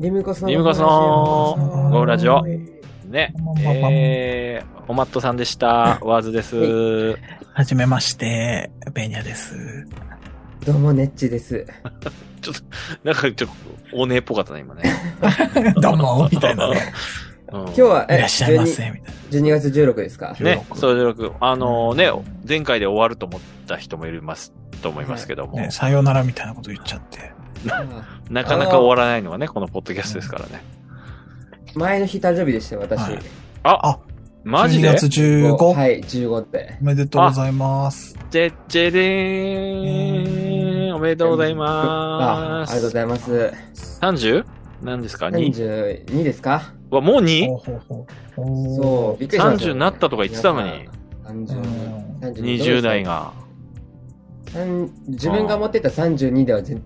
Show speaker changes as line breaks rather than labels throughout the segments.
リムコスの
リムコスのゴーラジオ。ね
まん、まんまん
えー、おまっとさんでした。ワーズです。
はじめまして、ベニャです。
どうも、ネッチです。
なんかちょっと、おねえっぽかったね、今ね。
どうも、みたいなね。
うん、
今日はいえ
らっしゃいま
12,
せ、みたい
12月16です か
ね、
16
そう16。あのね、前回で終わると思った人もいます、と思いますけども、
な。ね、さよならみたいなこと言っちゃって。
あ
なかなか終わらないのがね、このポッドキャストですからね。
ー前の日誕生日でしたよ、私。
はい
マジ
12
で
月 15?
はい、15って
お。めでとうございます。
じゃじゃでーん。おめでとうござい
あ
ま
あり
す。
がとうございます。
30? 何ですか ?2?
32ですか
わ、もう 2?
ほうほうほうおー
そう、びっくりしました。
30なったとか言ってたのに。
30
20代。が。
三自分が持ってた32では全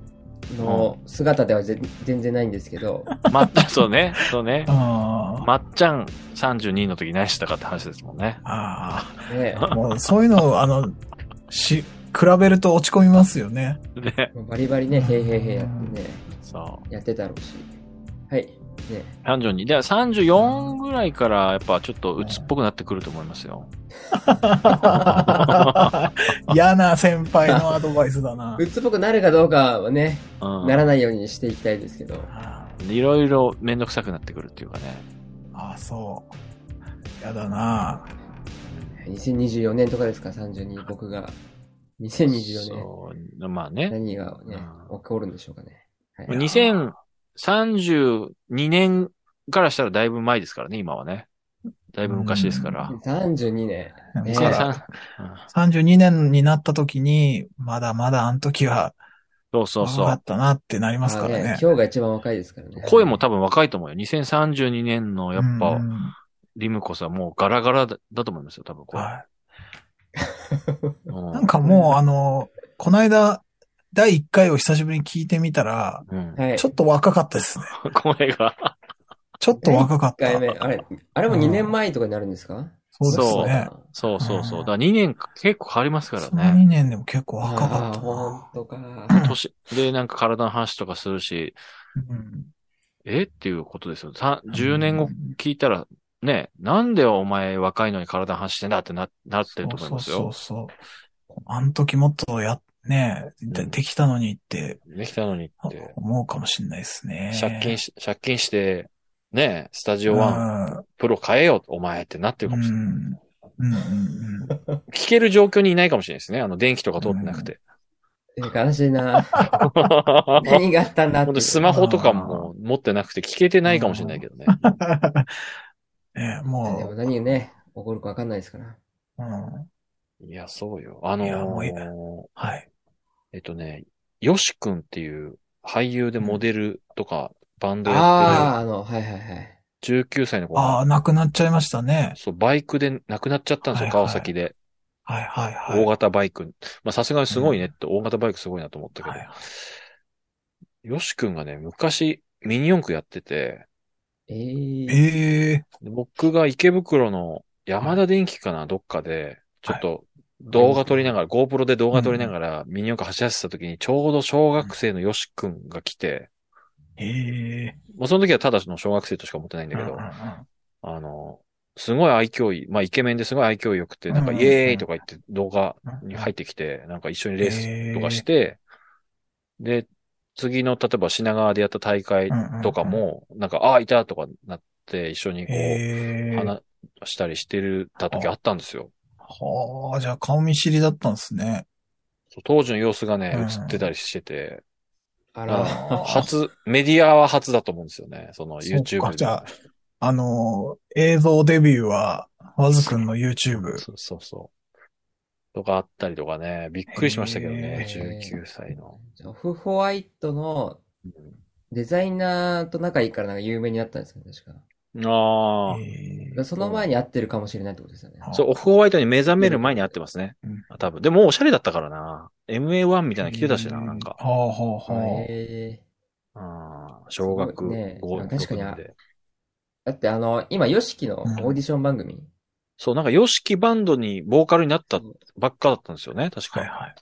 の姿では全全然ないんですけ ど、
まっ、そうね、そうね。
あー
まっちゃん32の時何してたかって話ですもんね。
あ
ね、
ー。もう、そういうの、あの、し、比べると落ち込みます よね。
ね。
もうバリバリね、へいへいへいやってね、
そ
やってたろうし。はい。ね、
う。32。で、34ぐらいからやっぱちょっと鬱っぽくなってくると思いますよ。
嫌な先輩のアドバイスだ な
う。つっぽくなるかどうかはね、
うん。
ならないようにしていきたいですけど。
あ
いろいろめんどくさくなってくるっていうかね。
あ、そう。嫌だな。
2024年とかですか、32、僕が。2024年。
そう。まあね。
何がね、起こるんでしょうかね。はい
うん
2032年からしたらだいぶ前ですからね、今はね。だいぶ昔ですから。
32年。ね
だから
2003うん
32年になった時に、まだまだあの時は、
そうそうそ
若か
う。
ったなってなりますから
あ
ね。
今日が一番若いですからね。
声も多分若いと思うよ。2032年のやっ
う
ぱ、
ん
リムコさんもうガラガラだだと思いますよ、多分これ。
は
う
い。なんかもうあの、この間、第1回を久しぶりに聞いてみたら、
うん、
はい。
ちょっと若かったですね。
声が。
ちょっと若かっ
一回
た。
目。あれ、あれも2年前とかになるんですか
そうですね。
そうそうそう。
うん
だから2年結構変わりますか
その
らね。
2年でも結構
あ
若か
あ
った
本
な。
当か。
年、で、なんか体の話とかするし、
うん
えっていうことですよ。さ10年後聞いたら、ね、なんでお前若いのに体の話してんだってな、なってると思います
そ
よ
う。そうそう。あの時もっとや、ね、で
うん
できたのにって
できたのにって。
思うかもしれないですね。
借金し、借金して、ね、スタジオ1
うん
プロ変えよう、お前ってなってるか
う
もしれない。
ん。うんうんうん。
聞ける状況にいないかもしれないですね。あの、電気とか通ってなくて。
え悲しい な。 何があったんだっ
ほん
て。
とスマホとかも持ってなくて聞けてないかもしれないけどね。
ね
でも
も
何がね、起こるかわかんないですから。
う、うん。
いや、そうよ。あの
いやもうい
ー、
はい。
えっとね、ヨシ君っていう俳優でモデルとかバンド
ああ、
やっ
あの、はいはいはい。
てる19歳の子
あ
が
あ、、なくなっちゃいましたね。
そう、バイクで亡くなっちゃったんですよ、
はいはい
川崎で。
はいはいはい。
大型バイク。まあ、さすがにすごいねって、大型バイクすごいなと思ったけど
はい。
ヨシ君がね、昔、ミニ四駆やってて、
えー、
ええ
で僕が池袋の山田電機かな、どっかで、ちょっと動画撮りながら、GoPro で動画撮りながら、ミニ四駆走らせてた時に、ちょうど小学生のヨシくんが来て、
ええ
もうその時はただの小学生としか思ってないんだけど、あの、すごい愛嬌いい、まあイケメンですごい愛嬌良くて、なんか
うん
イ
うん
エーイとか言って動画に入
っ
ってきて、なんか一緒にレースとかして、で、次の例えば品川でやった大会とか、も、なんか、ああ、いたとかなって、一緒にこう、
ええ
話したりしてるた時あったんですよ。
はあ、じゃあ顔見知りだったんですね。
そう当時の様子がね、
うん
映ってたりしてて、
あ
あ
ら、
あ
初、メディアは初だと思うんですよね。その
そうか
YouTube
じ
で。
ゃああの、映像デビューは、わずくんの YouTube。
そうそうそう。とかあったりとかね、びっくりしましたけど
へ
ね、
ー
19歳の。
オフホワイトのデザイナーと仲いいからなんか有名になったんですよね、確か。だか
うんああ、
ええ
らその前に会ってるかもしれないってことですよね。
そう、オフホワイトに目覚める前に会ってますね
うん。
多分。でも、おしゃれだったからな。MA1 みたいなの着てたしな、なんか。
はあはあは
えー
あー小学
すごいね
5、
確かに
6年で。
だってあの、今、ヨシキのオーディション番組。
そう、なんか、ヨシキバンドにボーカルになったばっかだったんですよね、確
あ。はい
か。
はい。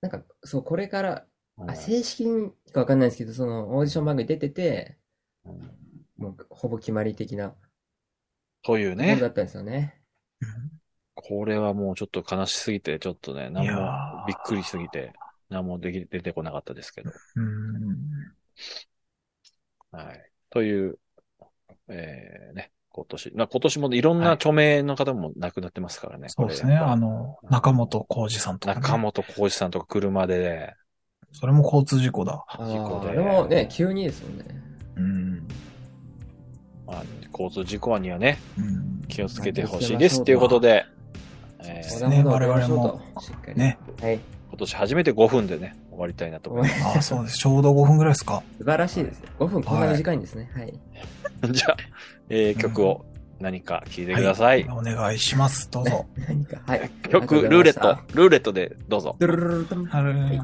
なんか、そう、これから、
うん
あ正式にかわかんないですけど、そのオーディション番組出てて、もうほぼ決まり的な
という
ものだっ
ね。
たんですよね。
これはもうちょっと悲しすぎて、ちょっとね、
い
何
や
も
ー
びっくりしすぎて、何もでき、出てこなかったですけど。
うん。
はい。という、えー、ね、今年。まあ、今年もいろんな著名の方も亡くなってますからね。
そうですね。
これ
あの、中本浩二さんとか、ね。
中本浩二さんとか車で、
それも交通事故だ。
あ
事故
ー
で
あれもね、急にですもんね。
うん。
まあ、交通事故にはね、
うん。
気をつけてほしいですということで、え
そう
ー
ですね
小田原
我々も
小田原しっかり
ね。
はい。
今年初めて5分でね、終わりたいなと思います。
ああ、そうです。ちょうど5分ぐらいで すか。
素晴らしいですね。5分こんな短いんですね。はい。
じゃあ、えー曲を何か聴いてください。
お願いします。どうぞ。
何か、はい。
曲、ルーレット、ルーレットでどうぞ。
ドゥルルルルルン
あれ
い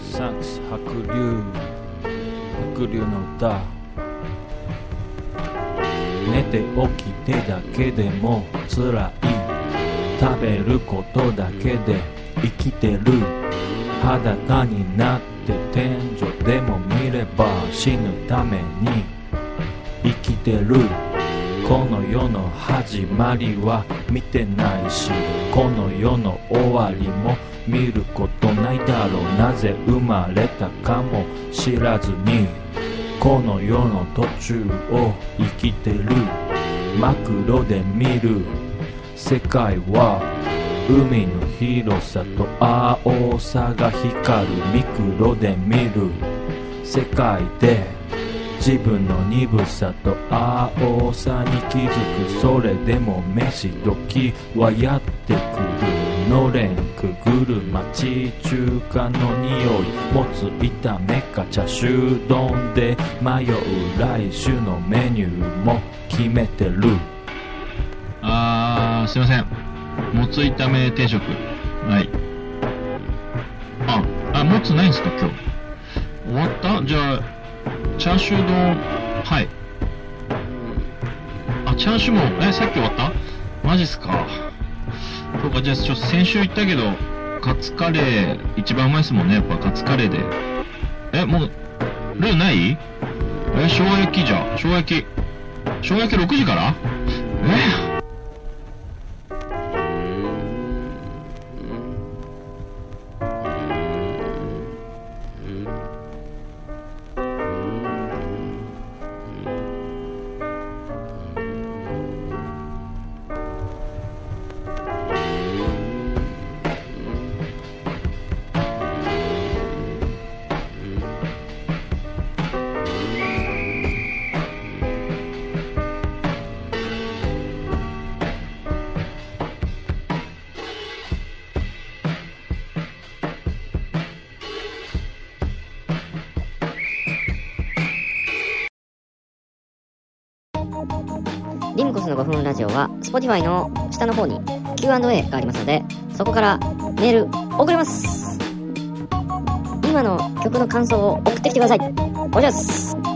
サンクス白龍白龍の歌寝て起きてだけでも辛い食べることだけで生きてる裸になって天井でも見れば死ぬために生きてるこの世の始まりは見てないしこの世の終わりも見ることないだろうなぜ生まれたかも知らずにこの世の途中を生きてるマクロで見る世界は海の広さと青さが光るミクロで見る世界で自分の鈍さと青さに気づくそれでも飯時はやってくるのれんくぐる町中華の匂いもつ炒めかチャーシュー丼で迷う来週のメニューも決めてる
あー、すいません。もつ炒め定食。はい。あ、あ、もつないんですか、今日。終わったじゃあ、チャーシュー丼、はい。あ、チャーシューも、え、さっき終わったマジっすか。そうか、じゃあ、ちょっと先週言ったけど、カツカレー、一番うまいっすもんね、やっぱカツカレーで。え、もう、ルーないえ、生姜焼きじゃ、生姜焼き。生姜焼き6時からえ
リムコスの5分ラジオは Spotify の下の方に Q&A がありますのでそこからメール送れます今の曲の感想を送ってきてくださいお願いします